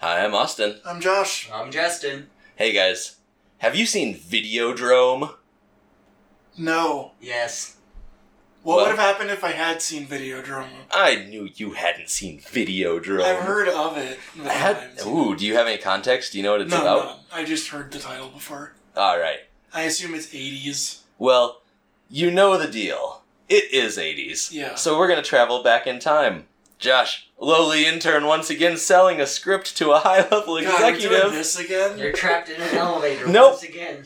I am Austin. I'm Josh. I'm Justin. Hey guys, have you seen Videodrome? No. Yes. What, What? would have happened if I had seen Videodrome? I knew you hadn't seen Videodrome. I've heard of it. but I had- haven't seen it. ooh, do you have any context? Do you know what it's no, about? no, I just heard the title before. All right. I assume it's 80s. Well, you know the deal. It is 80s. Yeah. So we're going to travel back in time. Josh, lowly intern once again selling a script to a high level God, are we doing executive. this again? You're trapped in an elevator Nope. once again.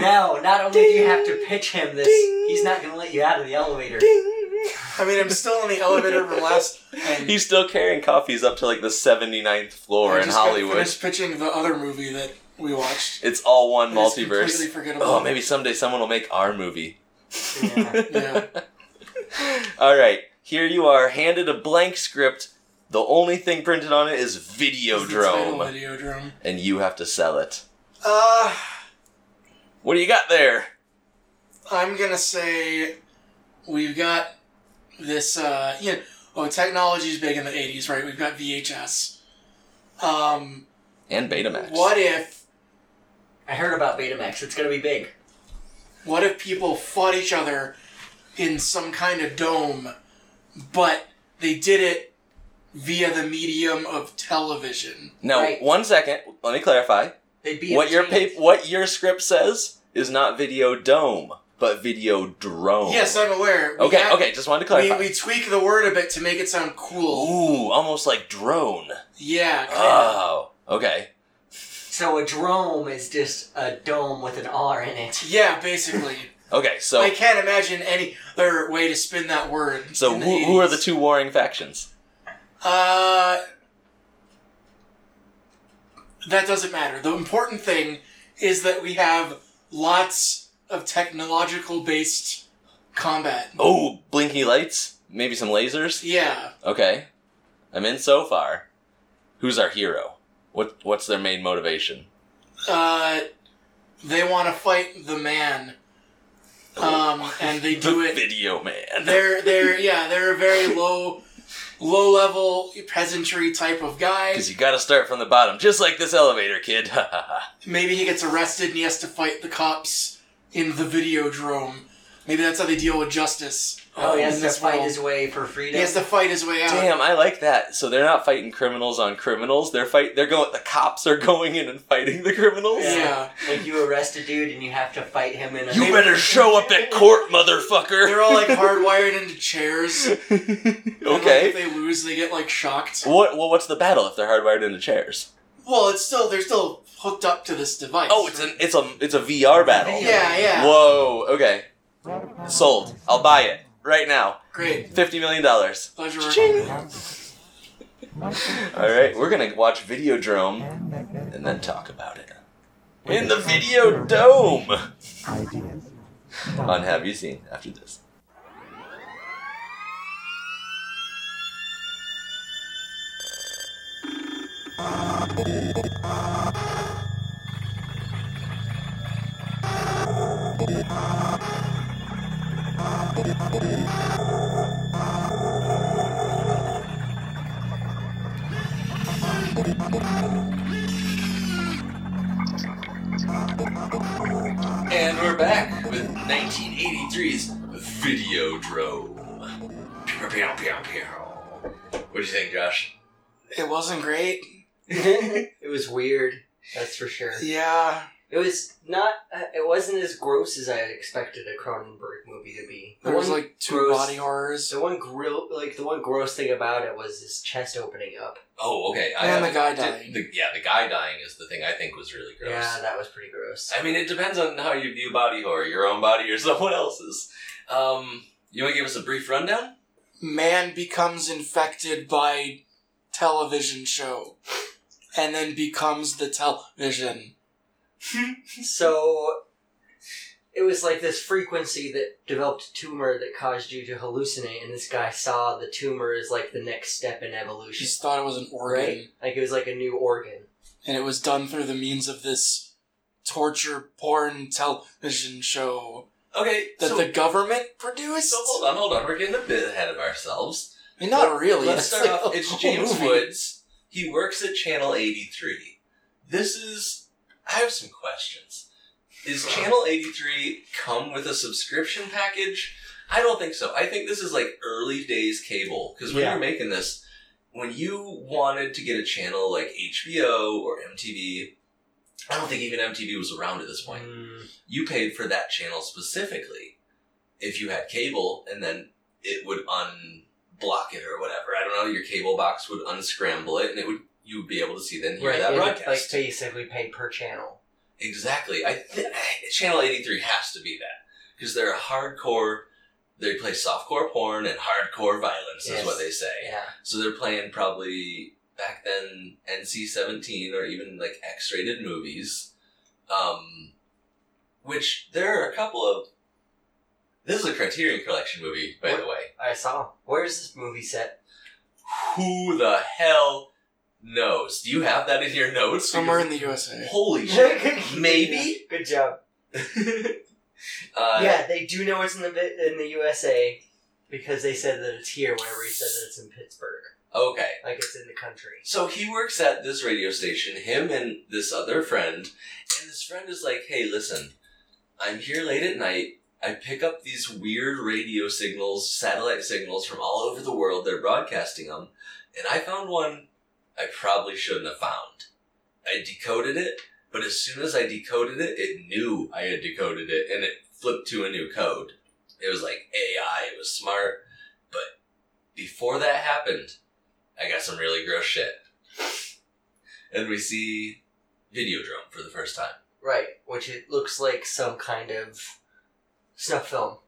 Now, not only do you have to pitch him this, Ding. he's not going to let you out of the elevator. Ding. I mean, I'm still in the elevator from last time. He's still carrying coffees up to like the 79th floor I in just got Hollywood. finished pitching the other movie that we watched. It's all one I just multiverse. completely forget about Oh, it. maybe someday someone will make our movie. Yeah. Yeah. All right, here you are, handed a blank script. The only thing printed on it is It's the title, Videodrome, Videodrome. and you have to sell it. Uh, What do you got there? I'm gonna say we've got this. Uh, you know, oh, technology's big in the '80s, right? We've got VHS. Um, And Betamax. what if I heard about Betamax. It's going to be big. what if people fought each other in some kind of dome, but they did it via the medium of television? Now, Right. one second. Let me clarify. They'd be what your entertained. pa- what your script says is not Video Dome, but Video Drone. Yes, I'm aware. We Oh. Okay. have- okay. Just wanted to We, clarify. we tweak the word a bit to make it sound cool. Ooh, almost like drone. Yeah. kinda. Oh. Okay. So a drome is just a dome with an R in it. yeah, basically. Okay. So. I can't imagine any other way to spin that word. so in who, who are the 80s. two warring factions? Uh, that doesn't matter. The important thing is that we have lots of technological based combat. Oh, blinky lights. Maybe some lasers. Yeah. Okay. I'm in so far. Who's our hero? What What's their main motivation? Uh, they want to fight the man. Um, and they do the it. Video man. They're they're yeah they're a very low, low level peasantry type of guy. Because you got to start from the bottom, just like this elevator, kid. Ha ha ha. Maybe he gets arrested and he has to fight the cops in the videodrome. Maybe that's how they deal with justice. Oh, he has in to this fight world. his way for freedom. He has to fight his way out. Damn, I like that. So they're not fighting criminals on criminals. They're fight. They're going. The cops are going in and fighting the criminals. Yeah. Like you arrest a dude and you have to fight him in a. You better show up at court, motherfucker. They're all like hardwired into chairs. and, like, if okay. they lose, they get like shocked. What? Well, what's the battle if they're hardwired into chairs? Well, it's still they're still hooked up to this device. Oh, it's an it's a it's a VR battle. Yeah, yeah. Whoa. Okay. Sold. I'll buy it right now. Great. Fifty million dollars. Pleasure. Ching. All right, we're gonna watch Videodrome and then talk about it in the Video Dome. On Have You Seen after this. And we're back with 1983's Videodrome. Pew, pew, pew, pew. What do you think, Josh? It wasn't great. it was weird. That's for sure. Yeah. It was not. Uh, it wasn't as gross as I had expected a Cronenberg movie to be. The There was one like two gross- body horrors. The one grill, like the one gross thing about it was his chest opening up. Oh, okay. And the haven't- guy did- dying. the- yeah, the guy dying is the thing I think was really gross. Yeah, that was pretty gross. I mean, it depends on how you view body horror, your own body or someone else's. Um, you want to give us a brief rundown? Man becomes infected by television show, and then becomes the television. Hmm. So it was like this frequency that developed a tumor that caused you to hallucinate, and this guy saw the tumor as like the next step in She evolution. just thought it was an organ. Right? Like it was like a new organ. and it was done through the means of this torture porn television show Okay, that so, the government produced. so hold on, hold on. We're getting a bit ahead of ourselves. I mean, not really. Let's start That's like off. a It's whole James movie. Woods. He works at Channel 83. This is. I have some questions. Is Channel 83 come with a subscription package? I don't think so. I think this is like early days cable. Because when Yeah. you're making this, when you wanted to get a channel like HBO or MTV, I don't think even MTV was around at this point Mm, you paid for that channel specifically if you had cable and then it would unblock it or whatever i don't know your cable box would unscramble it and it would you would be able to see then hear right, that you would, broadcast like basically pay per channel. exactly i th- channel 83 has to be that because they're a hardcore they play softcore porn and hardcore violence is Yes. what they say Yeah, so they're playing probably back then NC seventeen or even like X rated movies, um, which there are a couple of. This is a Criterion Collection movie, by the way. I saw. Where's this movie set? Who the hell knows? Do you have that in your notes? Somewhere in Because- the USA. Holy shit! Maybe? Yeah, Good job. Uh, yeah, they do know it's in the vi- in the USA because they said that it's here. Whenever he said that it's in Pittsburgh, Okay. like it's in the country. So he works at this radio station, him and this other friend, and this friend is like, hey, listen, I'm here late at night. I pick up these weird radio signals, satellite signals from all over the world. They're broadcasting them. And I found one I probably shouldn't have found. I decoded it, but as soon as I decoded it, it knew I had decoded it and it flipped to a new code. It was like AI, it was smart. But before that happened, I got some really gross shit. And we see Videodrome for the first time. Right, which it looks like some kind of snuff film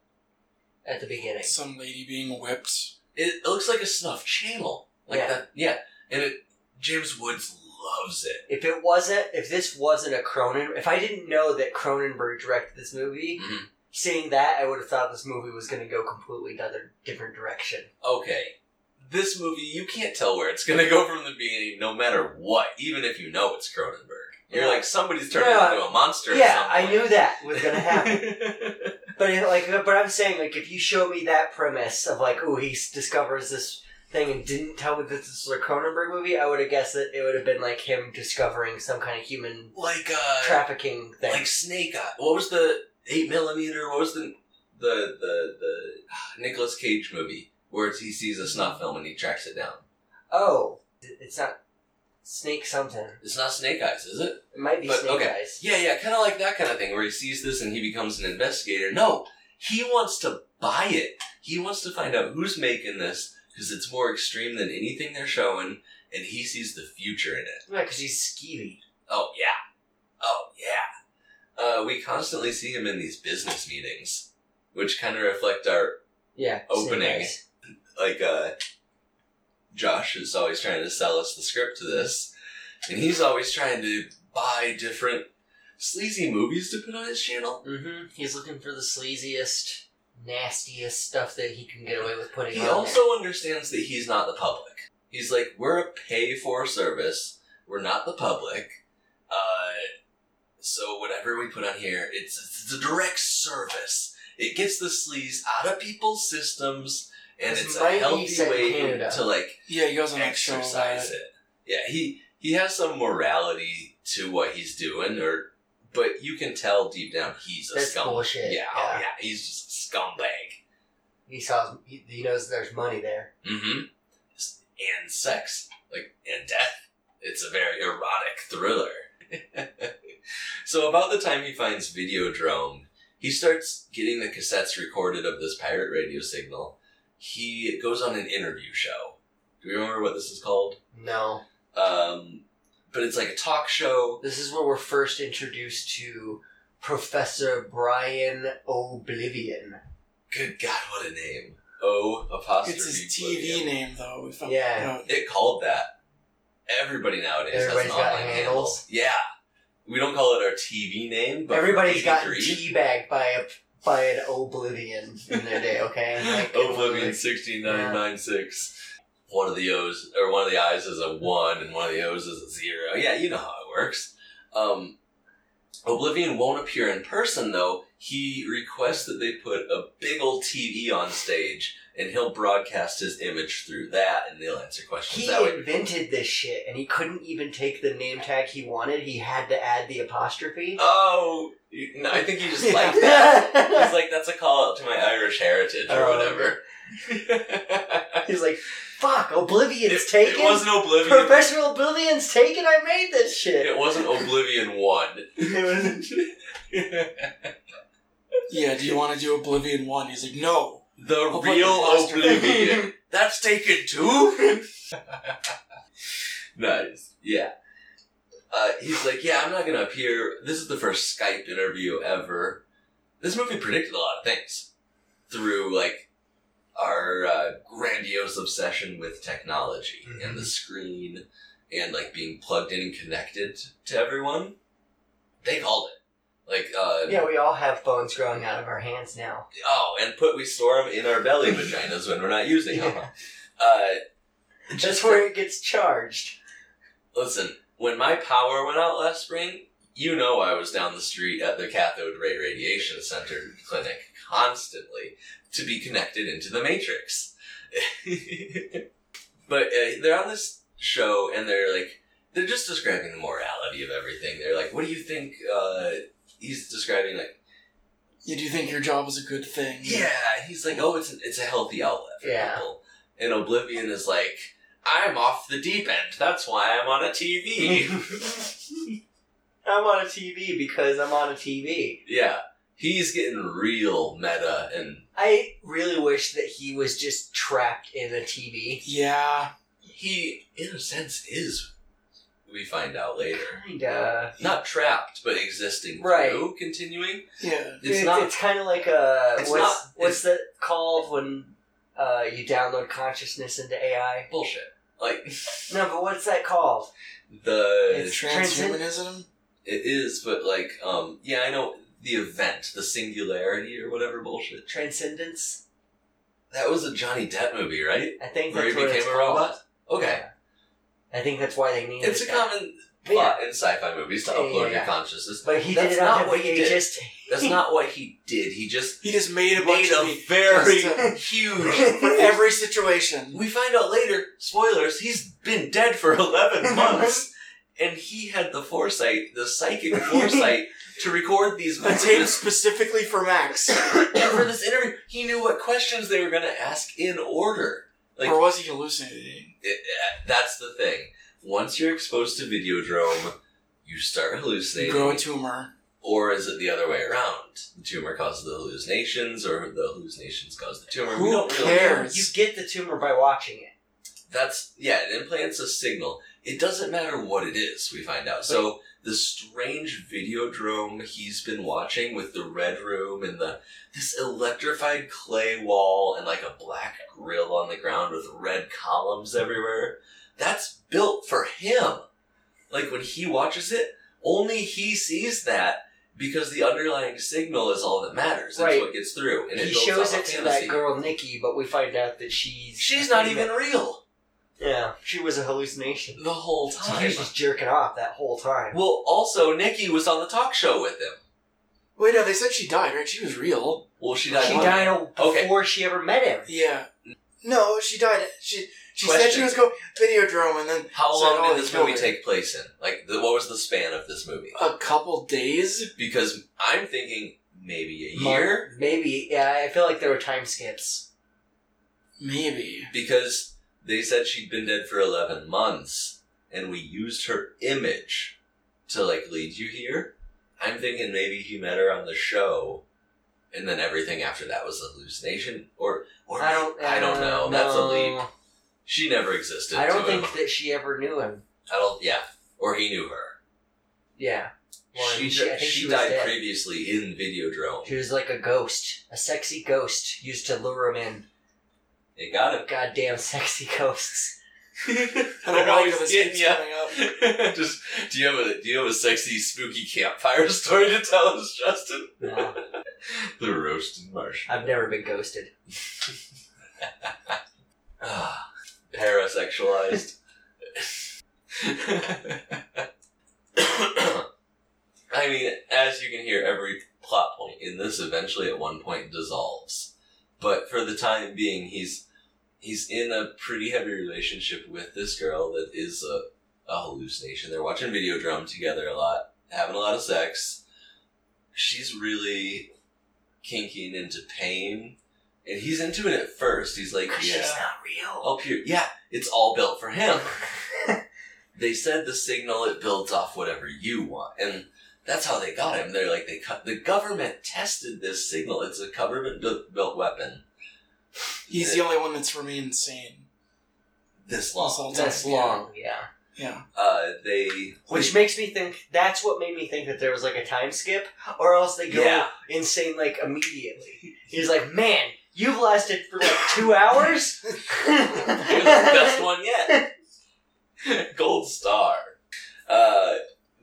at the beginning. Some lady being whipped. It, it looks like a snuff channel. Like Yeah. that. Yeah. And it, James Woods loves it. If it wasn't, if this wasn't a Cronen, if I didn't know that Cronenberg directed this movie, Mhm. seeing that, I would have thought this movie was going to go completely another different direction. Okay. This movie, you can't tell where it's going to go from the beginning, no matter what, even if you know it's Cronenberg. You're Yeah. like, somebody's turning Yeah. into a monster. at Yeah, some I point. knew that was going to happen. But it, like, but I'm saying, like, if you show me that premise of like, oh, he s- discovers this thing and didn't tell me that this was a Cronenberg movie, I would have guessed that it would have been like him discovering some kind of human like, uh, trafficking thing. like Snake Eye. What was the eight millimeter? What was the the the the ah, Nicolas Cage movie where he sees a snuff film and he tracks it down? oh, it- it's not snake something. It's not Snake Eyes, is it? It might be But, snake okay. eyes. Yeah, yeah, kind of like that kind of thing where he sees this and he becomes an investigator. No, he wants to buy it. He wants to find out who's making this because it's more extreme than anything they're showing, and he sees the future in it. Yeah, because he's skeevy. Oh yeah. Oh yeah. Uh, we constantly see him in these business meetings, which kind of reflect our Yeah. snake Opening. eyes. like. Uh, Josh is always trying to sell us the script to this, and he's always trying to buy different sleazy movies to put on his channel. hmm He's looking for the sleaziest, nastiest stuff that he can get away with putting He on. also understands that he's not the public. He's like, we're a pay for service. We're not the public. Uh, so whatever we put on here, it's it's a direct service. It gets the sleaze out of people's systems, and This it's a might be healthy said way Canada. to like Yeah, he goes on that show. uh, about exercise it. Yeah, he he has some morality to what he's doing, or but you can tell deep down he's a That's scumbag. bullshit, Yeah, oh, yeah. yeah, he's just a scumbag. there. he saw. He, he knows there's money there. Mm-hmm. And sex, like and death. It's a very erotic thriller. so about the time he finds Videodrome, he starts getting the cassettes recorded of this pirate radio signal. He goes on an interview show. Do you remember what this is called? No. Um, but it's like a talk show. This is where we're first introduced to Professor Brian Oblivion. Good God, what a name! Oh, apostrophe. It's his Oblivion. TV name, though. We found Yeah. out. It called that. Everybody nowadays has Everybody's an got online handles. handle. Yeah. We don't call it our TV name, but Everybody's got gotten teabagged by a by an Oblivion in their day. Okay. Like, Oblivion sixty nine nine six. One of the O's or one of the I's is a one, and one of the O's is a zero. Yeah, you know how it works. Um, Oblivion won't appear in person though. He requests that they put a big old TV on stage, and he'll broadcast his image through that, and they'll answer questions He that way. invented this shit, and he couldn't even take the name tag he wanted. He had to add the apostrophe. Oh, you- no, I think he just liked that. He's that. like, that's a call out to my Irish heritage or Oh, whatever. He's like, "Fuck, Oblivion's it, taken. it wasn't Oblivion. Professional Oblivion's taken. I made this shit." It wasn't Oblivion 1. Yeah, do you want to do Oblivion 1? He's like, no. The put the real plaster. Oblivion. That's taken too? nice. Yeah. Uh, he's like, yeah, I'm not going to appear. This is the first Skype interview ever. This movie predicted a lot of things through, like, our uh, grandiose obsession with technology and the screen and, like, being plugged in and connected to everyone. They called it. Like, uh, Yeah, we all have phones growing out of our hands now. Oh, and put we store them in our belly vaginas when we're not using them. Yeah. Uh, Just just where it gets charged. listen. When my power went out last spring, you know I was down the street at the cathode ray radiation center clinic constantly to be connected into the matrix. but uh, they're on this show and they're like they're just describing the morality of everything. They're like, "What do you think?" Uh, he's describing like. You do think your job is a good thing? Yeah, and he's like, oh, it's a, it's a healthy outlet for Yeah. people. And Oblivion is like, I'm off the deep end. That's why I'm on a TV. I'm on a TV because I'm on a TV. yeah, he's getting real meta, and I really wish that he was just trapped in a TV. Yeah. he, in a sense, is. We find out later, Kinda. not trapped, but existing Right. through continuing. Yeah. It's not. kind of like a It's what's not- what's that called when uh, you download consciousness into AI? bullshit. Like No, but what's that called? the It's Transhumanism? it is, but like um yeah, I know the event, the singularity or whatever bullshit. Transcendence. That was a Johnny Depp movie, right? I think Where that's he what became it's a called. robot. Okay, I think that's why they named it's a it that. common But yeah. plot in sci-fi movies to Yeah, upload yeah, yeah. your consciousness. But he That's did it on not the what he did. VHS tape. That's not what he did. He just He just made a bunch made of a me- very just huge. for every situation. We find out later, spoilers. He's been dead for eleven months, and he had the foresight, the psychic foresight, to record these A tape messages specifically for Max. for this interview. He knew what questions they were going to ask in order. Like- or was he hallucinating? it, uh, that's the thing. Once you're exposed to Videodrome, you start hallucinating. Grow a tumor. or is it the other way around? The tumor causes the hallucinations, or the hallucinations cause the tumor? we Who don't really. cares? You get the tumor by watching it. That's yeah. It implants a signal. It doesn't matter what it is. We find out. So the strange Videodrome he's been watching with the red room and the this electrified clay wall and like a black grill on the ground with red columns everywhere. That's built for him. Like when he watches it, only he sees that because the underlying signal is all that matters. That's Right. what gets through. And he it builds shows up a it to fantasy. that girl Nikki, but we find out that she's She's not even real Yeah, she was a hallucination. the whole So time. he's just jerking off that whole time. Well, also Nikki was on the talk show with him. Wait, no, they said she died, right? She was real. Well, she died. she one died day. a- Okay. before she ever met him. Yeah. No, she died. She she said she Question. was going Videodrome and then How So long all did this the children- movie take place in? Like, the, what was the span of this movie? a couple days. Because I'm thinking maybe a Month- year. maybe. Yeah, I feel like there were time skips. Maybe. Because they said she'd been dead for eleven months, and we used her image to like lead you here. I'm thinking maybe he met her on the show, and then everything after that was a hallucination, or or I don't. I don't uh, know. That's a no. leap. She never existed. I don't to think him. that she ever knew him. I don't. Yeah, or he knew her. Yeah. Well, she, she- I di- think she she was died dead. previously in Videodrome. She was like a ghost, a sexy ghost used to lure him in. They got him. Goddamn sexy ghosts. I don't like how this They're keeps always coming up. getting ya. Just do you have a do you have a sexy spooky campfire story to tell us, Justin? No, The roasted marshmallow. I've never been ghosted. Ah, parasexualized. I mean, as you can hear, every plot point in this eventually at one point dissolves. But for the time being, he's he's in a pretty heavy relationship with this girl that is a, a hallucination. They're watching video drum together a lot, having a lot of sex. She's really kinking into pain. And he's into it at first. He's like, Because yeah she's not real. up Oh, here. Yeah, it's all built for him. they said the signal it builds off whatever you want, and that's how they got him. They're like they cut the government tested this signal. It's a government bu- built weapon. He's the only one that's remained sane. This This long. whole time. That's long, yeah. Yeah. Uh, they Which makes me think that's what made me think that there was like a time skip, or else they go Yeah. insane like immediately. He's like, man, you've lasted for like two hours. You're the best one yet. Gold star. Uh,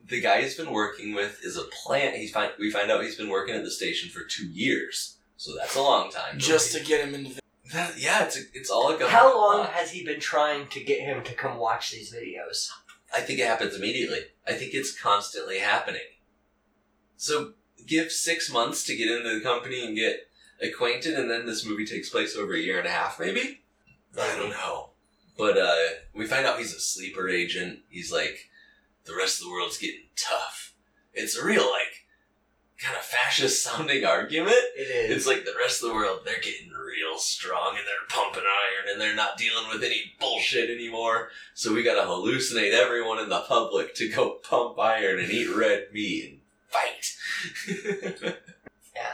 the guy he's been working with is a plant. He find we find out he's been working at the station for two years, so that's a long time. Just to get him into the. That- yeah, it's a, it's all a government. How long plot. has he been trying to get him to come watch these videos? I think it happens immediately. I think it's constantly happening. So give six months to get into the company and get acquainted, and then this movie takes place over a year and a half, maybe? I don't know. But uh, we find out he's a sleeper agent. He's like, the rest of the world's getting tough. It's a real, like, kind of fascist sounding argument. It is. It's like the rest of the world, they're getting real strong and they're pumping iron and they're not dealing with any bullshit anymore. So we gotta hallucinate everyone in the public to go pump iron and eat red meat and fight. Yeah.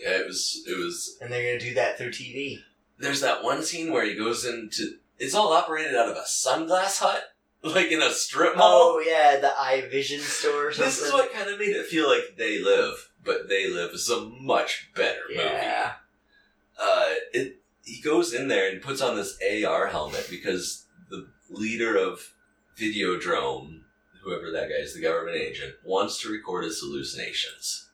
Yeah, it was, it was, and they're gonna do that through TV. there's that one scene where he goes into, it's all operated out of a sunglass hut, like in a strip mall. Oh yeah, the eye vision store. Or something. this is what kind of made it feel like They Live, but They Live is a much better movie. Yeah. uh, it, he goes in there and puts on this AR helmet because the leader of Videodrome, whoever that guy is, the government agent, wants to record his hallucinations.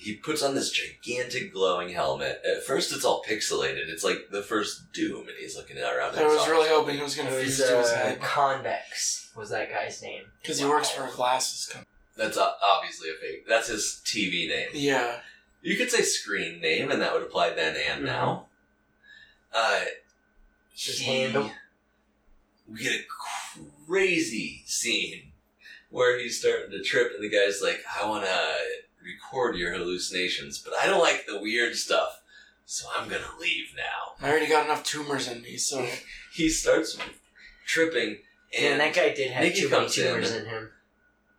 He puts on this gigantic glowing helmet. At first, it's all pixelated. It's like the first Doom, and he's looking around. I was really hoping he was going to It fuse was to his uh, head. Convex. Was that guy's name? Because he works for a glasses company. That's o- obviously a fake. That's his TV name. Yeah. You could say screen name, and that would apply then and Mm-hmm. Mhm. now. Uh, His he- handle. We get a crazy scene where he's starting to trip, and the guy's like, "I want to record your hallucinations, but I don't like the weird stuff, so I'm gonna leave now." I already got enough tumors in me, so. He starts tripping, and And that guy did have Nikki too many comes in. tumors in him.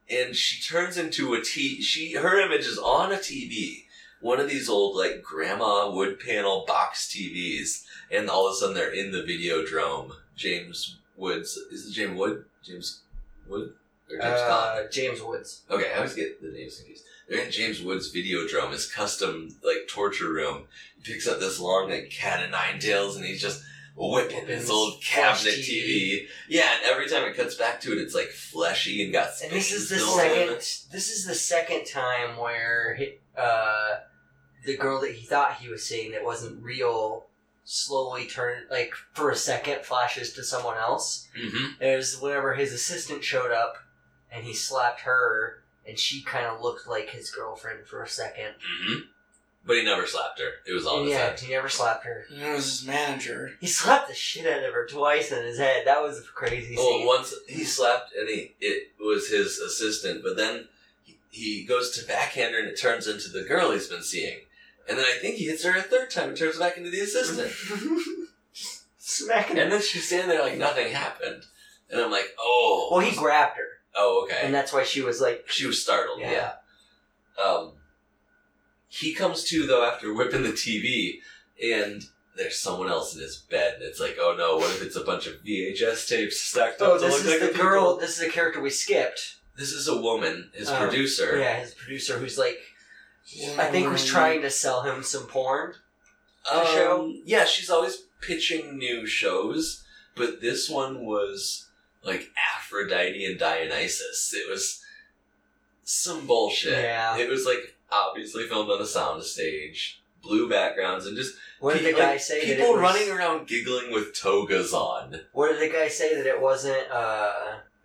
and she turns into a T. She her image is on a TV, one of these old like grandma wood panel box TVs, and all of a sudden they're in the Videodrome. James Woods is it James Wood? James Wood or James Caan? Uh, James Woods. Okay, I always get the names confused. They're in James Wood's Videodrome, his custom like torture room. He picks up this long like cat of nine tails, and he's just whipping his His old flesh cabinet TV. Yeah, and every time it cuts back to it, it's like fleshy and got. And this spaces is the built in. second. This is the second time where he, uh, the girl that he thought he was seeing that wasn't real slowly turn like for a second flashes to someone else. Mm-hmm. It was whenever his assistant showed up and he slapped her, and she kind of looked like his girlfriend for a second. Mm-hmm. But he never slapped her. It was all And his yeah, head. he never slapped her. And it was his manager. He slapped the shit out of her twice in his head. That was a crazy Well, scene. Oh, once he slapped, and he it was his assistant. But then he, he goes to backhand her, and it turns into the girl he's been seeing. And then I think he hits her a third time and turns back into the assistant. Smacking her. and then she's standing there like nothing happened. And I'm like, oh, Well, he grabbed her, oh, okay. and that's why she was like, She was startled. Yeah. Yeah. Um, he comes to though after whipping the TV, and there's someone else in his bed, and it's like, oh no, what if it's a bunch of VHS tapes stacked "Oh, up to this look is like the people? girl. This is the character we skipped." This is a woman, his Oh, producer. Yeah, his producer, who's like, Yeah, I think was woman. trying to sell him some porn. Um, The show? Yeah, she's always pitching new shows, but this one was like Aphrodite and Dionysus. It was some bullshit. Yeah. It was like obviously filmed on a soundstage, blue backgrounds, and just What did Pe- the guy like, say? that People it was, running around giggling with togas on. What did the guy say that it wasn't? uh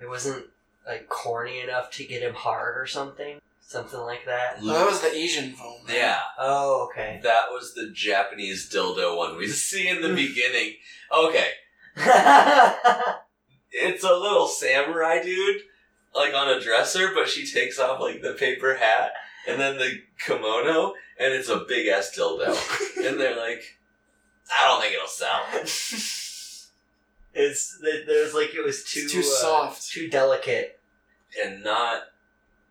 It wasn't like corny enough to get him hard or something. something like that. Well, that was the Asian phone. right? Yeah, Oh, okay. that was the Japanese dildo one we see in the beginning. Okay, it's a little samurai dude, like on a dresser, but she takes off like the paper hat and then the kimono, and it's a big ass dildo. and they're like, I don't think it'll sell. it's there- there's like it was too It's too uh, soft. too delicate. And not,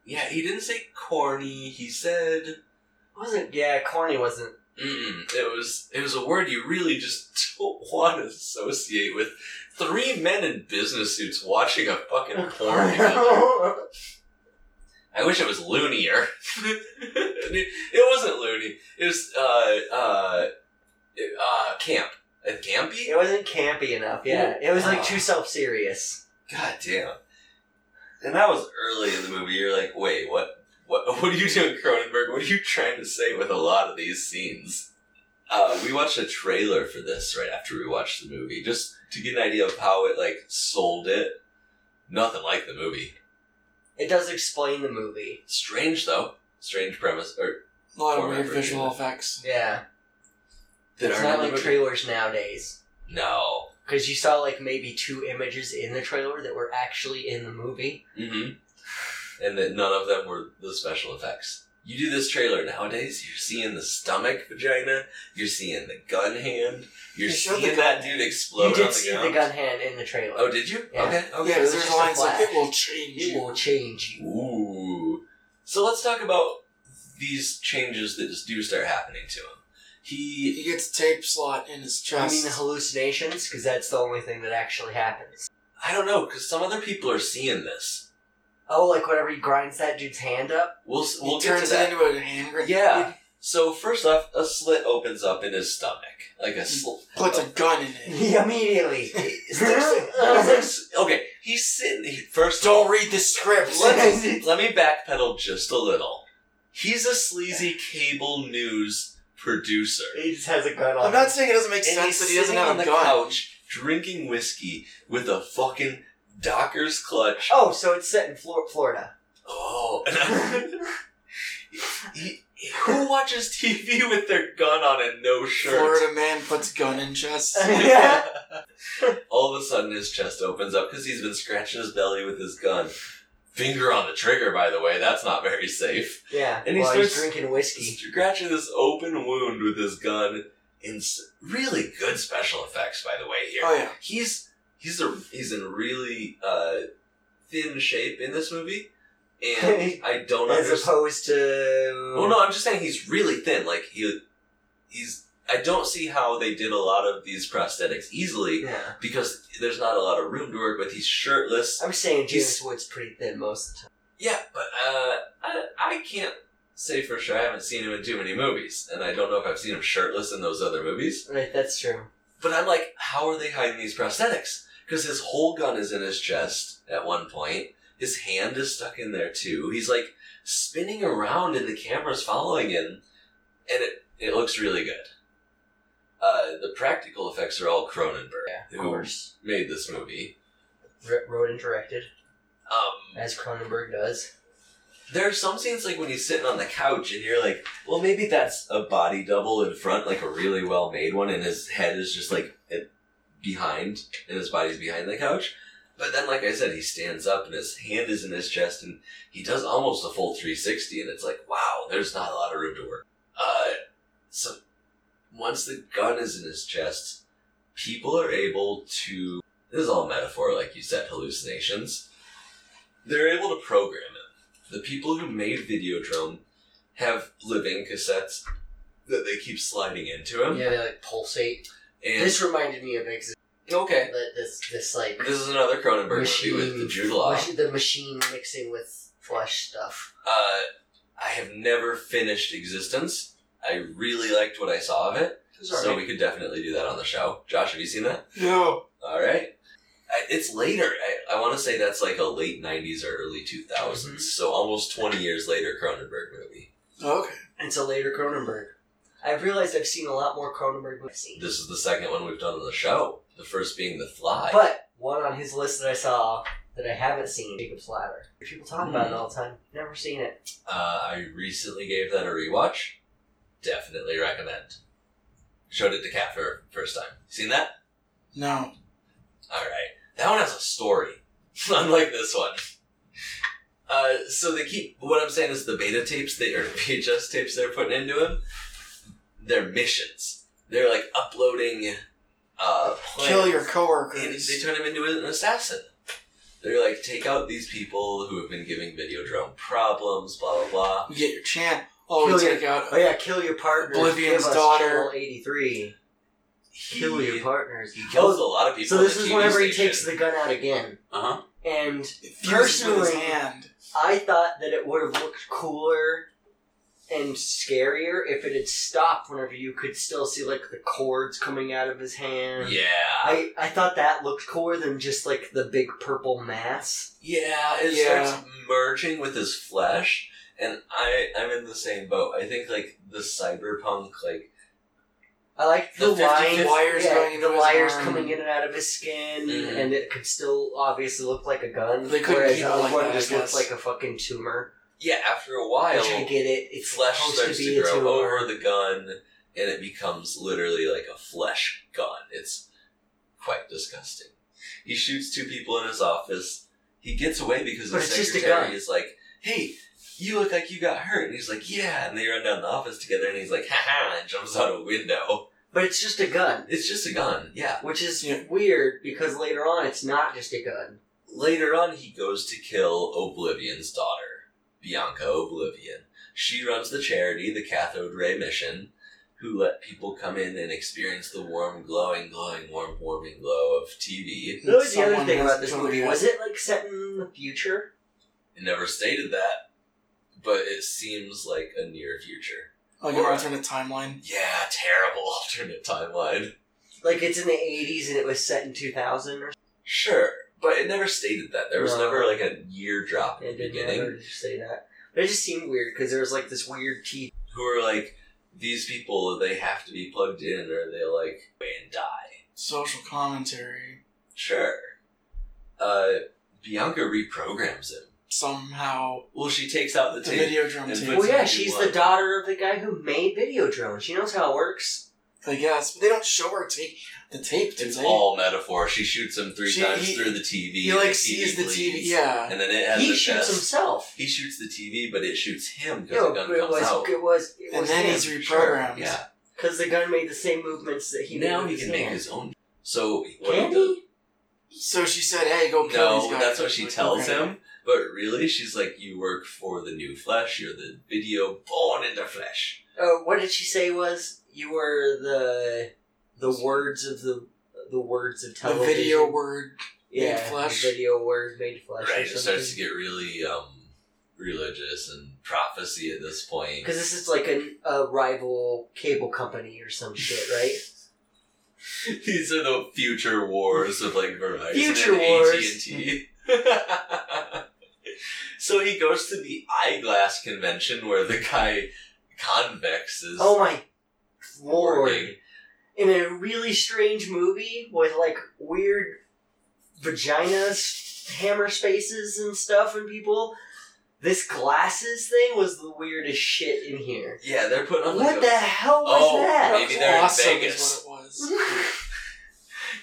yeah, he didn't say corny. He said, It wasn't yeah, corny wasn't. Mm-mm. It was it was a word you really just don't want to associate with three men in business suits watching a fucking porn. together. I wish it was loonier. it, it wasn't loony. It was uh uh it- uh camp. Uh, campy. it wasn't campy enough. Yeah, it was like too self serious. God damn. And that was early in the movie. You're like, wait, what? What? What are you doing, Cronenberg? What are you trying to say with a lot of these scenes? Uh, we watched a trailer for this right after we watched the movie, just to get an idea of how it like sold it. Nothing like the movie. It does explain the movie. Strange though. Strange premise. Or A lot of Or weird whatever it visual is. effects. Yeah, that it's are not in the like movie. trailers nowadays. no. Because you saw like maybe two images in the trailer that were actually in the movie. Mm-hmm. And that none of them were the special effects. You do this trailer nowadays, you're seeing the stomach vagina, you're seeing the gun hand, you're They showed the seeing gun that hand. dude explode you did on the see ground. the gun hand in the trailer. Oh, did you? Yeah. Okay, Yeah, okay. 'cause it was there's just a lines like, flash. it will change it will you. change you. Ooh. So let's talk about these changes that just do start happening to him. He He gets tape slot in his I chest. mean the hallucinations, because that's the only thing that actually happens. I don't know, because some other people are seeing this. Oh, like whenever he grinds that dude's hand up. We'll s- he we'll get turns to that. it into a hand grenade. Yeah. so first off, a slit opens up in his stomach, like a sl- Puts a gun in it. Immediately. Is there some- is there s- okay, he's sitting. He, Uh-huh. first, of all, Don't read the script. let me, let me backpedal just a little. He's a sleazy cable news producer. he just has a gun on. I'm not saying it doesn't make And sense he's that he doesn't sitting have on the a gun. couch drinking whiskey with a fucking Docker's clutch. Oh, so it's set in Flor- Florida. Oh. He- he- who watches TV with their gun on and no shirt? Florida man puts gun in chest. All of a sudden, his chest opens up because he's been scratching his belly with his gun. Finger on the trigger, by the way. That's not very safe. yeah. And he while he's starts- drinking whiskey. He's scratching this open wound with his gun. In s- really good special effects, by the way. Here, Oh, yeah. he's he's a he's in really uh, thin shape in this movie, and I don't As understand. opposed to Well, no, I'm just saying he's really thin. Like he, he's. I don't see how they did a lot of these prosthetics easily Yeah. because there's not a lot of room to work with. He's shirtless. I'm saying He's- James Wood's pretty thin most of the time. Yeah, but uh, I, I can't say for sure. I haven't seen him in too many movies, and I don't know if I've seen him shirtless in those other movies. Right, that's true. But I'm like, how are they hiding these prosthetics? Because his whole gun is in his chest at one point. His hand is stuck in there too. He's like spinning around, and the camera's following him, and it it looks really good. Uh, the practical effects are all Cronenberg, Yeah, of who course. made this movie. R- wrote and directed, Um, as Cronenberg does. There are some scenes like when he's sitting on the couch and you're like, well, maybe that's a body double in front, like a really well made one, and his head is just like at- behind, and his body's behind the couch. But then, like I said, he stands up and his hand is in his chest and he does almost a full 360, and it's like, wow, there's not a lot of room to work. Uh, so once the gun is in his chest, people are able to. This is all metaphor, like you said, hallucinations. They're able to program it the people who made Videodrome have living cassettes that they keep sliding into him. Yeah, they like pulsate. And This reminded me of Exit. okay, This, this like this is another Cronenberg machine, movie with the Jude Law. machi- the machine mixing with flesh stuff. Uh, I have never finished Existence. I really liked what I saw of it, so we could definitely do that on the show. Josh, have you seen that? No. All right. I- It's later. I, I want to say that's like a late 90s or early 2000s, Mm-hmm. so almost 20 years later, Cronenberg movie. Okay. It's a later Cronenberg. I've realized I've seen a lot more Cronenberg movies. I've seen. This is the second one we've done on the show, the first being The Fly. But one on his list that I saw that I haven't seen, Jacob's Ladder. People talk about it all the time. Never seen it. Uh, I recently gave that a rewatch. Definitely recommend. Showed it to Kat for first time. Seen that? No. All right. That one has a story, unlike this one. Uh, so they keep what I'm saying is the beta tapes they or VHS tapes they're putting into him. They're missions. They're like uploading. Uh, Kill your plans. And coworkers. they turn him into an assassin. They're like, take out these people who have been giving Videodrome problems. Blah blah blah. You get your chant. Oh, we Kill your- take out. Oh yeah, Kill Your Partners. Oblivion's Give us Daughter. Channel 83. He, Kill Your Partners. he kills a lot of people. So this is whenever he station. takes the gun out again. Uh huh. And It fuses with his Personally- hand. I thought that it would have looked cooler and scarier if it had stopped whenever you could still see like the cords coming out of his hand. Yeah. I, I thought that looked cooler than just like the big purple mass. Yeah, it Yeah. starts merging with his flesh, and I I'm in the same boat. I think like the cyberpunk like I liked The the, 50 lines, wires yeah, going into the his wires arm. Mm-hmm. coming in and out of his skin, Mhm. and it could still obviously look like a gun. They couldn't whereas keep it the other like one that, I just looked guess. like a fucking tumor. yeah. After a Which while, I get it. It's flesh supposed starts to to, be a grow tumor. over the gun, and it becomes literally like a flesh gun. It's quite disgusting. He shoots two people in his office. He gets away because the But it's just a secretary gun. is like, "Hey." You look like you got hurt, and he's like, "Yeah," and they run down the office together, and he's like, "Ha ha!" and jumps out a window. but it's just a gun, It's just a gun, yeah. which is Yeah. weird because later on it's not just a gun. Later on, he goes to kill Oblivion's daughter, Bianca Oblivion. She runs the charity, the Cathode Ray Mission, who let people come in and experience the warm, glowing, glowing, warm, warming glow of TV. That was the other Someone thing has about this Julia. movie. Was it like set in the future? It never stated that, but it seems like a near future. like an Oh, alternate timeline? Yeah, terrible alternate timeline. Like it's in the eighties and it was set in two thousand or Sure, but it never stated that. There was No. never like a year drop in something. It the didn't beginning. ever say that, but it just seemed weird because there was like this weird teeth. who are like these people they have to be plugged in or they like and die Social commentary sure uh bianca reprograms him somehow. well she takes out the The tape video drum and tape. puts Well, yeah, in she's one. the daughter of the guy who made video drones. She knows how it works. I guess, but they don't show her tape. The tape, do it's they? all metaphor she shoots him three She- times he- through the tv he and like TV sees the TV. bleeds, Yeah, and then it has he the shoots chest. himself. he shoots the tv but it shoots him because No, the gun but it comes was, out it was it and was then him. he's reprogrammed. yeah because the gun made the same movements that he now made he with can make hand. his own so what Can he does, he? So she said, "Hey, go kill no, these guys." that's what she Like, tells okay. him. But really, she's like, "You work for the new flesh. You're the video born into flesh." Oh, what did she say? Was you were the the words of the the words of The television? video word. made yeah, flesh. the video word made flesh. Right? Right, It starts to get really um, religious and prophecy at this point. because this is like an, a rival cable company or some shit, right? These are the future wars of like Verizon Future and wars. AT&T. so he goes to the eyeglass convention where the guy convex is. oh my lord! working. In a really strange movie with like weird vaginas, hammer spaces, and stuff, and people. This glasses thing was the weirdest shit in here. Yeah, they're putting on like What a- the hell was Oh, that? Maybe they're in awesome Vegas. Is what it was.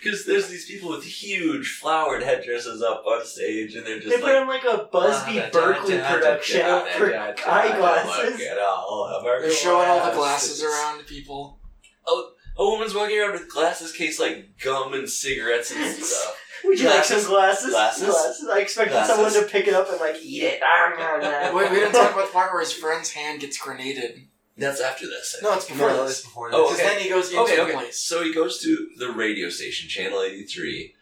Because there's these people with huge flowered headdresses up on stage, and they're They just put like Ah, on like a Busby "Da, da, Berkeley da, da, production da, of da, for da, da, da, eyeglasses. Look at all of our They're showing all the glasses." glasses around to people. A woman's walking around with glasses case like gum and cigarettes and stuff. Would you like some Glasses? glasses? Glasses? I expected Glasses? someone to pick it up and like eat it. Ah, nah, nah. Wait, we didn't talk about the part where his friend's hand gets grenaded. That's after this. I No, it's before No, it was this. before Oh, Because this. okay. then he goes into Okay, the okay. place. So he goes to the radio station, Channel 83,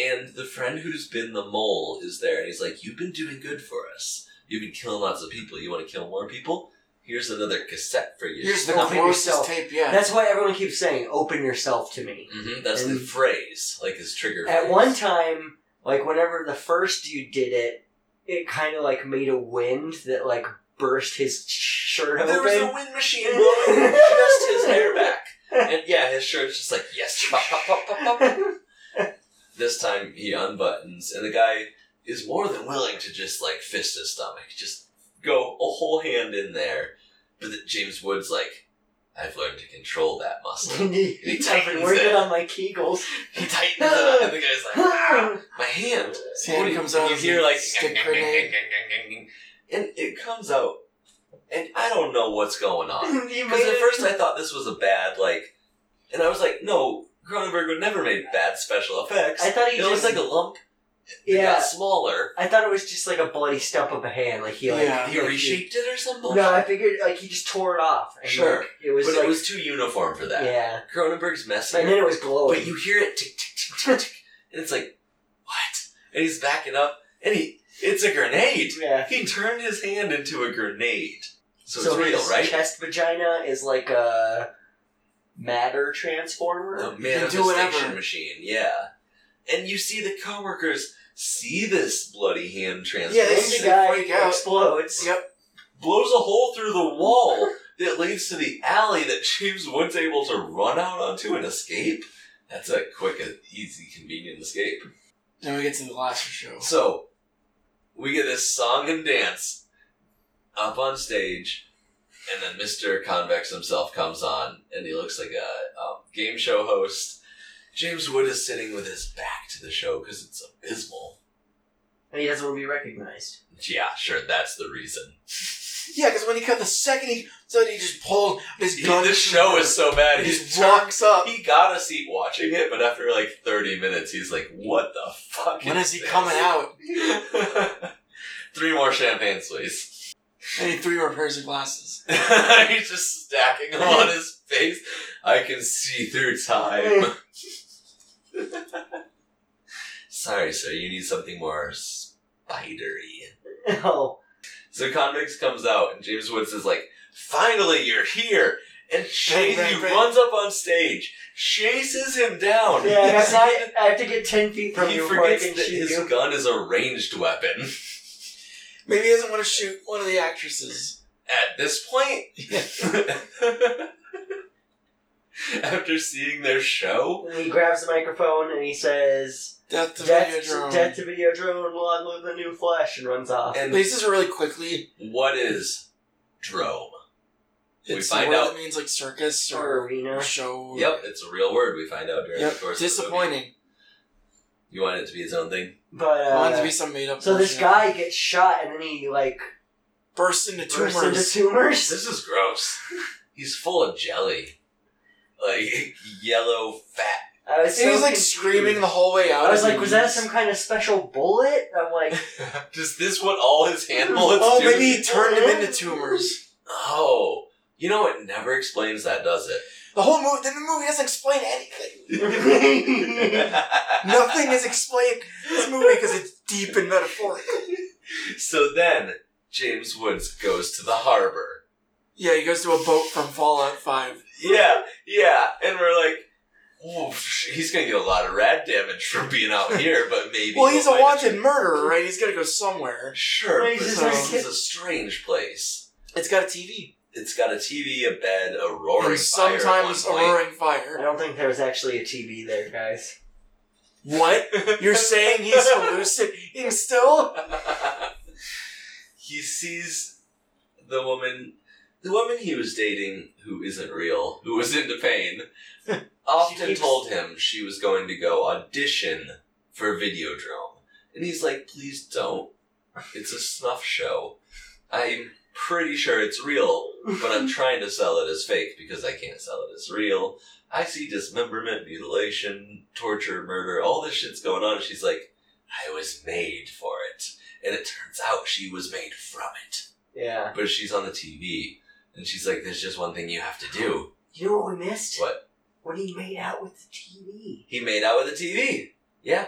and the friend who's been the mole is there, and he's like, You've been doing good for us. You've been killing lots of people. You want to kill more people? Here's another cassette for you. Here's the Open grossest yourself. tape yet. That's why everyone keeps saying, "Open yourself to me." hmm that's the And- phrase, like his trigger At phrase. one time, like whenever the first dude did it, it kind of like made a wind that like burst his shirt open. There was a wind machine blowing just his hair back. And yeah, his shirt's just like, yes. pop, pop, pop, pop, pop. This time he unbuttons, and the guy is more than willing to just like fist his stomach, just go a whole hand in there. But that James Woods like, I've learned to control that muscle. he tightens it. working on my kegels. He tightens it up, and the guy's like, ah, my hand. Sam Cody comes out You with hear a like stick grenade. and it comes out, and I don't know what's going on. You Because made at it. first I thought this was a bad like, and I was like, no, Cronenberg would never make bad special effects. I thought he it just looks like a lump. It yeah. got smaller. I thought it was just like a bloody stump of a hand, like he like. Yeah. He like, reshaped it or something. No, I figured like he just tore it off. And, Sure. like, it was but like it was too uniform for that. yeah, Cronenberg's messy. and then it was glowing. But you hear it tick tick tick tick tick, and it's like, what? And he's backing up, and he it's a grenade. yeah. He turned his hand into a grenade. So, So it's real, his right? chest vagina is like a matter transformer. A do whatever. manifestation machine, yeah. And you see the coworkers see this bloody hand transfer. yeah, they this see the it guy freak out. explodes. Yep. blows a hole through the wall that leads to the alley that James Wood's able to run out onto and escape. That's a quick, uh, easy, convenient escape. Then we get to the last show. So, we get this song and dance up on stage, and then Mr. Convex himself comes on, and he looks like a um, game show host. James Wood is sitting with his back to the show because it's abysmal. And he doesn't want to be recognized. Yeah, sure, that's the reason. Yeah, because when he cut the second, he so he just pulled his gun. this show is so bad. And he He's just walks up. He got a seat watching it, but after like 30 minutes, he's like, what the fuck When is he this?" coming out? Three more champagnes, please. And he three more pairs of glasses. he's just stacking them on his face. I can see through time. Sorry, sir, you need something more spidery. Oh, So Convix comes out, and James Woods is like, "Finally, you're here!" And Chase, bang, he bang. runs up on stage, chases him down. yeah. I He's- have, to get, I have to get ten feet from he you before I forgets can that shoot his you. gun is a ranged weapon. Maybe he doesn't want to shoot one of the actresses. At this point, after seeing their show, And he grabs the microphone and he says, Death to "Death, Videodrome. death to video drone, long live the new flesh," and runs off. At and least this is really quickly. what is drome? We It's find a word out- that means like circus Or or arena. show. Yep, it's a real word. We find out during Yep. the course. Of the movie. Disappointing. You want it to be its own thing. But I Wanted uh, to be some made up. so this bullshit. guy gets shot and then he like bursts into tumors. bursts into tumors. This is gross. He's full of jelly, like yellow fat. I was and so he's like confused. screaming the whole way out. I was as he like, was that leaves. some kind of special bullet? I'm like, Does this what all his hand bullets Oh, do? maybe he turned him into tumors. Oh, you know it never explains that, does The whole movie. Then the movie doesn't explain anything. it? Nothing is explained in this movie because it's deep and metaphorical. So then James Woods goes to the harbor. Yeah, he goes to a boat from Fallout Five. Yeah, yeah. And we're like, "Oof, he's gonna get a lot of rat damage from being out here, but maybe. Well, he'll he's a find wanted murderer, right? He's got to go somewhere. Sure, Well, but he's this just like- is a strange place. It's got a TV It's got a TV, a bed, a roaring and sometimes a fire. at one roaring I fire. don't think there was actually a TV there, guys. What? point. You're saying he's hallucinating still? he sees the woman, the woman he was dating, who isn't real, who was into pain, She often keeps- told him she was going to go audition for Videodrome, and he's like, "Please don't. It's a snuff show. I'm pretty sure it's real, but I'm trying to sell it as fake because I can't sell it as real. I see dismemberment, mutilation, torture, murder, all this shit's going on." And she's like, "I was made for it." And it turns out she was made from it. Yeah. But she's on the TV, and she's like, there's just one thing you have to do. You know what we missed? What? When he made out with the TV. He made out with the TV. Yeah.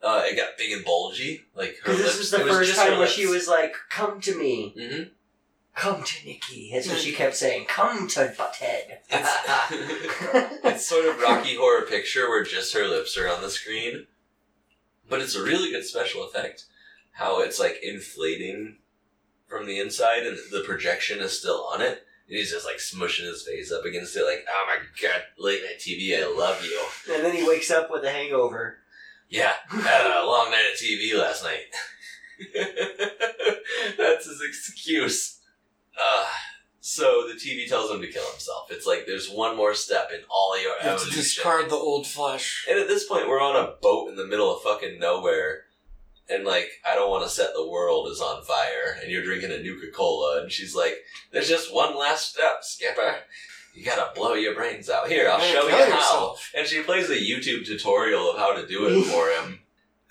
Uh, it got big and bulgy. Like her Because this lips- was the it first just her time where she lips. was like, "Come to me, Mhm. come to Nikki." That's what she kept saying. Come to Butthead. It's, it's sort of Rocky Horror Picture where just her lips are on the screen. But it's a really good special effect. How it's like inflating from the inside and the projection is still on it. And he's just like smushing his face up against it, like, oh my god, late night TV, I love you. and then he wakes up with a hangover. Yeah, had a long night of TV last night. That's his excuse. Uh, so the TV tells him to kill himself. It's like there's one more step in all your You have to evolution. discard the old flesh. And at this point, we're on a boat in the middle of fucking nowhere, and like, I don't want to set the world is on fire, and you're drinking a Nuka Cola, and she's like, "There's just one last step, Skipper. You gotta blow your brains out. Here, I'll Man, show you kill how." yourself. And she plays a YouTube tutorial of how to do it for him.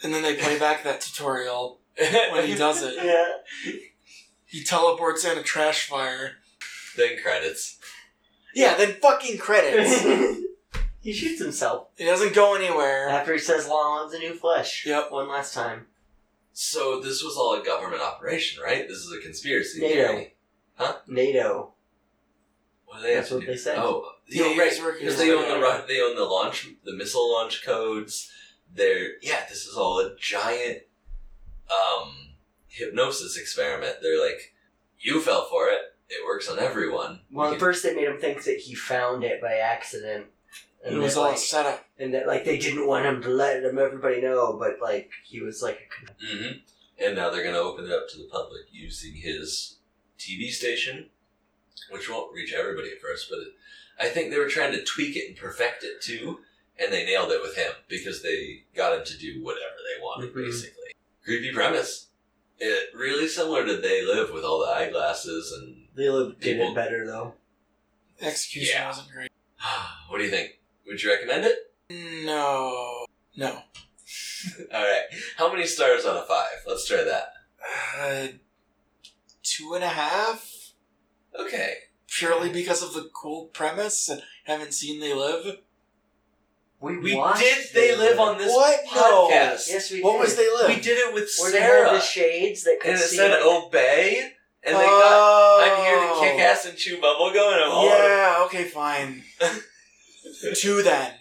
And then they play back that tutorial when he does it. Yeah. He teleports in a trash fire. then credits. Yeah, then fucking credits. he shoots himself it doesn't go anywhere. after he says, "Long live the new flesh." Yep. One last time. So this was all a government operation, right? This is a conspiracy NATO. theory. NATO. What do they That's have what to they do? said. Oh, Yeah, yeah, yeah, he's working Because his they way own the out. ru- they own the launch the missile launch codes. They're yeah, this is all a giant um hypnosis experiment. They're like, you fell for it. It works on everyone. Well, You at first they made him think that he found it by accident. It And was that, all like, set up. and that like they didn't want him to let him everybody know, but like he was like can- Mhm. And now they're gonna open it up to the public using his TV station, which won't reach everybody at first, but it, I think they were trying to tweak it and perfect it too. And they nailed it with him because they got him to do whatever they wanted, Mhm. basically. Creepy premise. It really similar to They Live with all the eyeglasses and. they lived did People- it better though. Execution Yeah. wasn't great. what do you think? Would you recommend it? No. No. All right. How many stars on a five? Let's try that. Uh, two and a half? Okay. Purely because of the cool premise and haven't seen They Live? We watched did They Live on this What? No. podcast. Yes, we. What did. was They Live? We did it with Where they Sarah. had the shades that could and it see. said "Oh." like- obey, and they got oh. I'm here to kick ass and chew bubblegum, and I'm all Yeah, okay, fine. two then.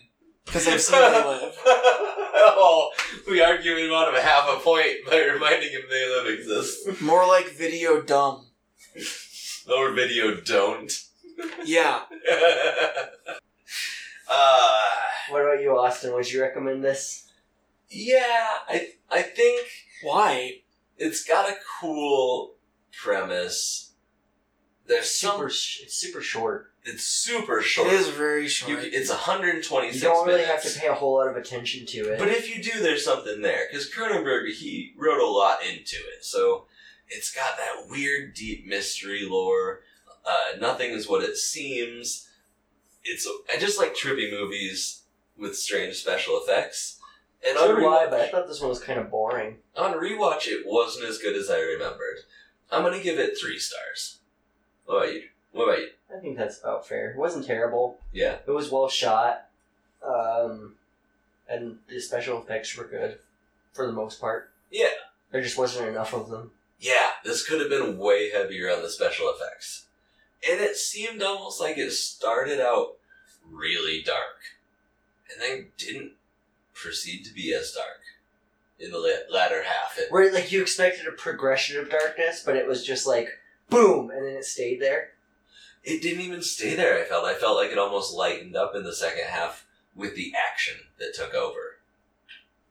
Because I've seen They Live. oh, we argue him out of a half a point by reminding him they live exist. More like video dumb. Lower video don't. Yeah. uh, What about you, Austin? Would you recommend this? yeah, I I think Why? it's got a cool premise. There's Super. some. sh- It's super short. It's super It short. is very You, short. it's 126 You don't really have minutes. to pay a whole lot of attention to it. But if you do, there's something there because Cronenberg he wrote a lot into it, so it's got that weird, deep mystery lore. Uh, nothing is what it seems. It's I just like trippy movies with strange special effects. And so on do I, rewatch, but I thought this one was kind of boring. on rewatch, it wasn't as good as I remembered. I'm gonna give it three stars. What about you? What about you? I think that's about fair. It wasn't terrible. Yeah, It was well shot, um, and the special effects were good for the most part. Yeah. there just wasn't enough of them. yeah. This could have been way heavier on the special effects, and it seemed almost like it started out really dark, and then didn't proceed to be as dark in the la- latter half. It, Where like you expected a progression of darkness, but it was just like boom, and then it stayed there. it didn't even stay there. I felt. I felt like it almost lightened up in the second half with the action that took over.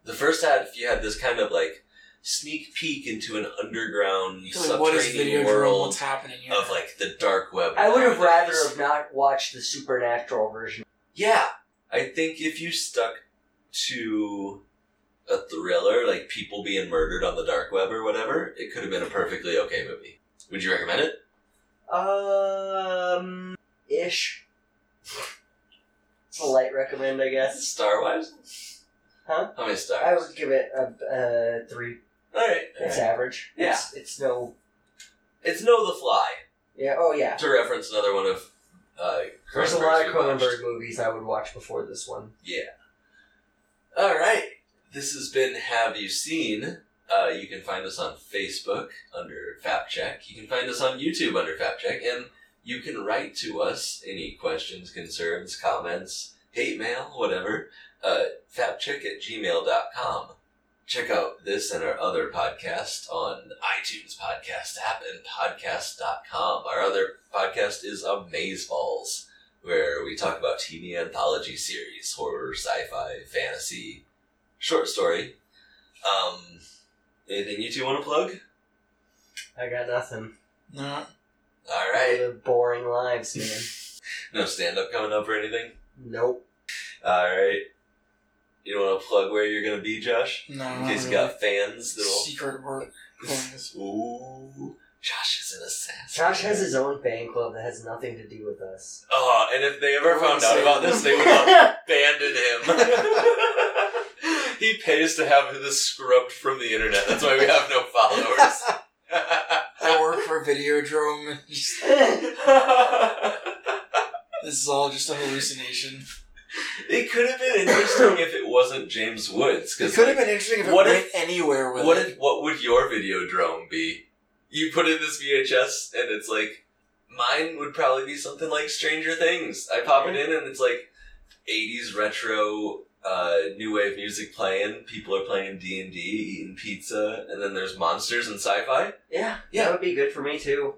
The first half, you had this kind of like sneak peek into an underground like, what is subterranean video drone? world What's happening here? of like the dark web. I would have rather nowadays. have not watched the supernatural version. Yeah, I think if you stuck to a thriller, like people being murdered on the dark web or whatever, it could have been a perfectly okay movie. Would you recommend it? Um, ish. It's a light recommend, I guess. Star wise? Huh? How many stars? I would give it a, a three. All right. all It's right. average. It's, it's no. It's No the Fly. Yeah. Oh yeah. To reference another one of uh, There's a lot Cronenberg's we of watched. Cronenberg movies I would watch before this one. Yeah. All right. This has been Have You Seen? Uh, you can find us on Facebook under FapCheck. You can find us on YouTube under FapCheck. And you can write to us any questions, concerns, comments, hate mail, whatever. Uh, FapCheck at gmail.com. Check out this and our other podcast on iTunes Podcast app and podcast.com. Our other podcast is Amazeballs where we talk about TV anthology series, horror, sci-fi, fantasy, short story. Um, anything you two want to plug? I got nothing. No. All right. Live boring lives, man. No stand up coming up or anything? nope. All right. You don't want to plug where you're going to be, Josh? No. In not case you really. got fans that'll. secret work. things. Ooh. Josh is an assassin. Josh has his own fan club that has nothing to do with us. Oh, and if they ever I found wouldn't out say about that. this, they would abandon him. he pays to have this scrubbed from the internet. That's why we have no followers. I work for Videodrome. and just- This is all just a hallucination. it could have been interesting if it wasn't James Woods. It 'cause, could have like, been interesting if it what went anywhere with What it. if, what would your video drone be? You put in this VHS and it's like mine would probably be something like Stranger Things. I pop it in and it's like 80s retro uh, new wave music playing. People are playing D and D, eating pizza, and then there's monsters and sci-fi. Yeah, Yeah. that would be good for me too.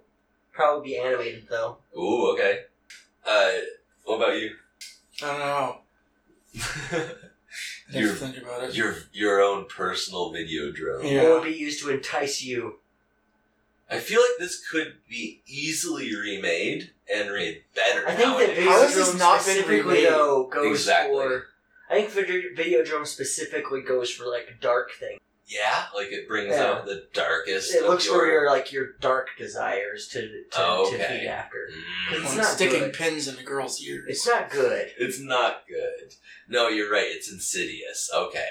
Probably be animated though. Ooh, okay. Uh, what about you? I don't know. I You're- have to think about it. your your own personal video drone. Yeah. Or be used to entice you. I feel like this could be easily remade and remade better. I think nowadays. that How has Videodrome this not been specifically remade? though goes Exactly. for. I think Vide- Videodrome specifically goes for like dark things. Yeah, like it brings Yeah. out the darkest. It of looks your... for your like your dark desires to to, Oh, to okay. feed after. Mm. It's Like not sticking good. pins in a girl's ears. It's not good. It's not good. No, you're right. It's insidious. Okay,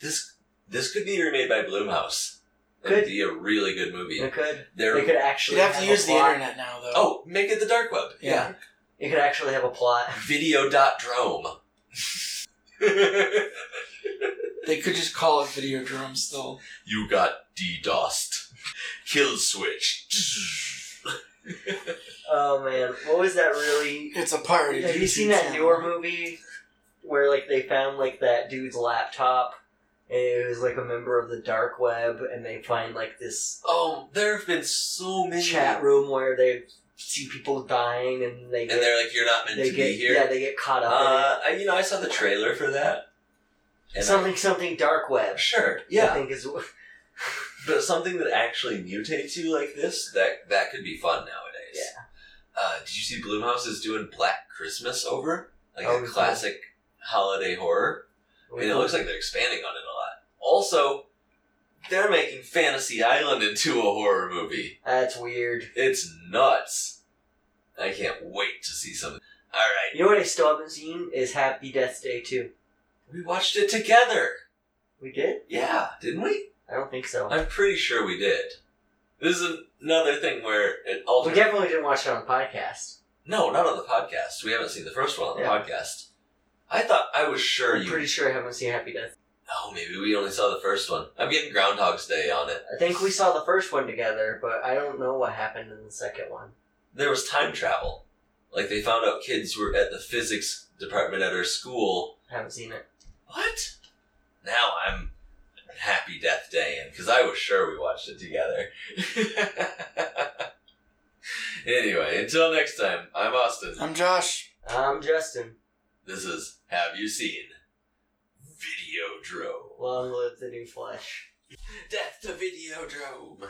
this this could be remade by Bloomhouse. Could. It'd be a really good movie. It could. They're It could actually You'd have to a use the plot. internet now, though. oh, make it the dark web. yeah. It could actually have a plot. Video dot drome. They could just call it Videodrome still. you got DDoSed. Kill switch. Oh man, what was that really It's a pirate. Have you seen that newer movie where like they found like that dude's laptop and it was like a member of the dark web and they find like this oh, there have been so many chat room where they see people dying and they and get they're like, you're not meant they to get be here. yeah they get caught up Uh, I, you know, I saw the trailer for that. in it. And something something dark I- web sure, I yeah, think is but something that actually mutates you like this that that could be fun nowadays. Yeah. Uh, did you see Bloomhouse is doing Black Christmas over like Oh, a cool. Oh, classic holiday horror, and it looks like they're expanding on it a lot. Also, they're making Fantasy Island into a horror movie. that's weird It's nuts. I can't wait to see something. All right, you know what I still haven't seen is Happy Death Day 2 we watched it together. we did Yeah, didn't we? I don't think so I'm pretty sure we did. This is another thing where it we alters. definitely didn't watch it on the podcast no, not on the podcast. We haven't seen the first one on the Yeah. podcast. I thought I was sure I'm you. pretty sure I haven't seen Happy Death oh, maybe we only saw the first one. I'm getting Groundhog's Day on it. I think we saw the first one together, but I don't know what happened in the second one. There was time travel. Like they found out kids were at the physics department at our school. I haven't seen it. What? Now I'm happy Death Day in because I was sure we watched it together. anyway, until next time, I'm Austin. I'm Josh. I'm Um, Justin. This is Have You Seen Videodrome? Long live the new flesh. Death to Videodrome!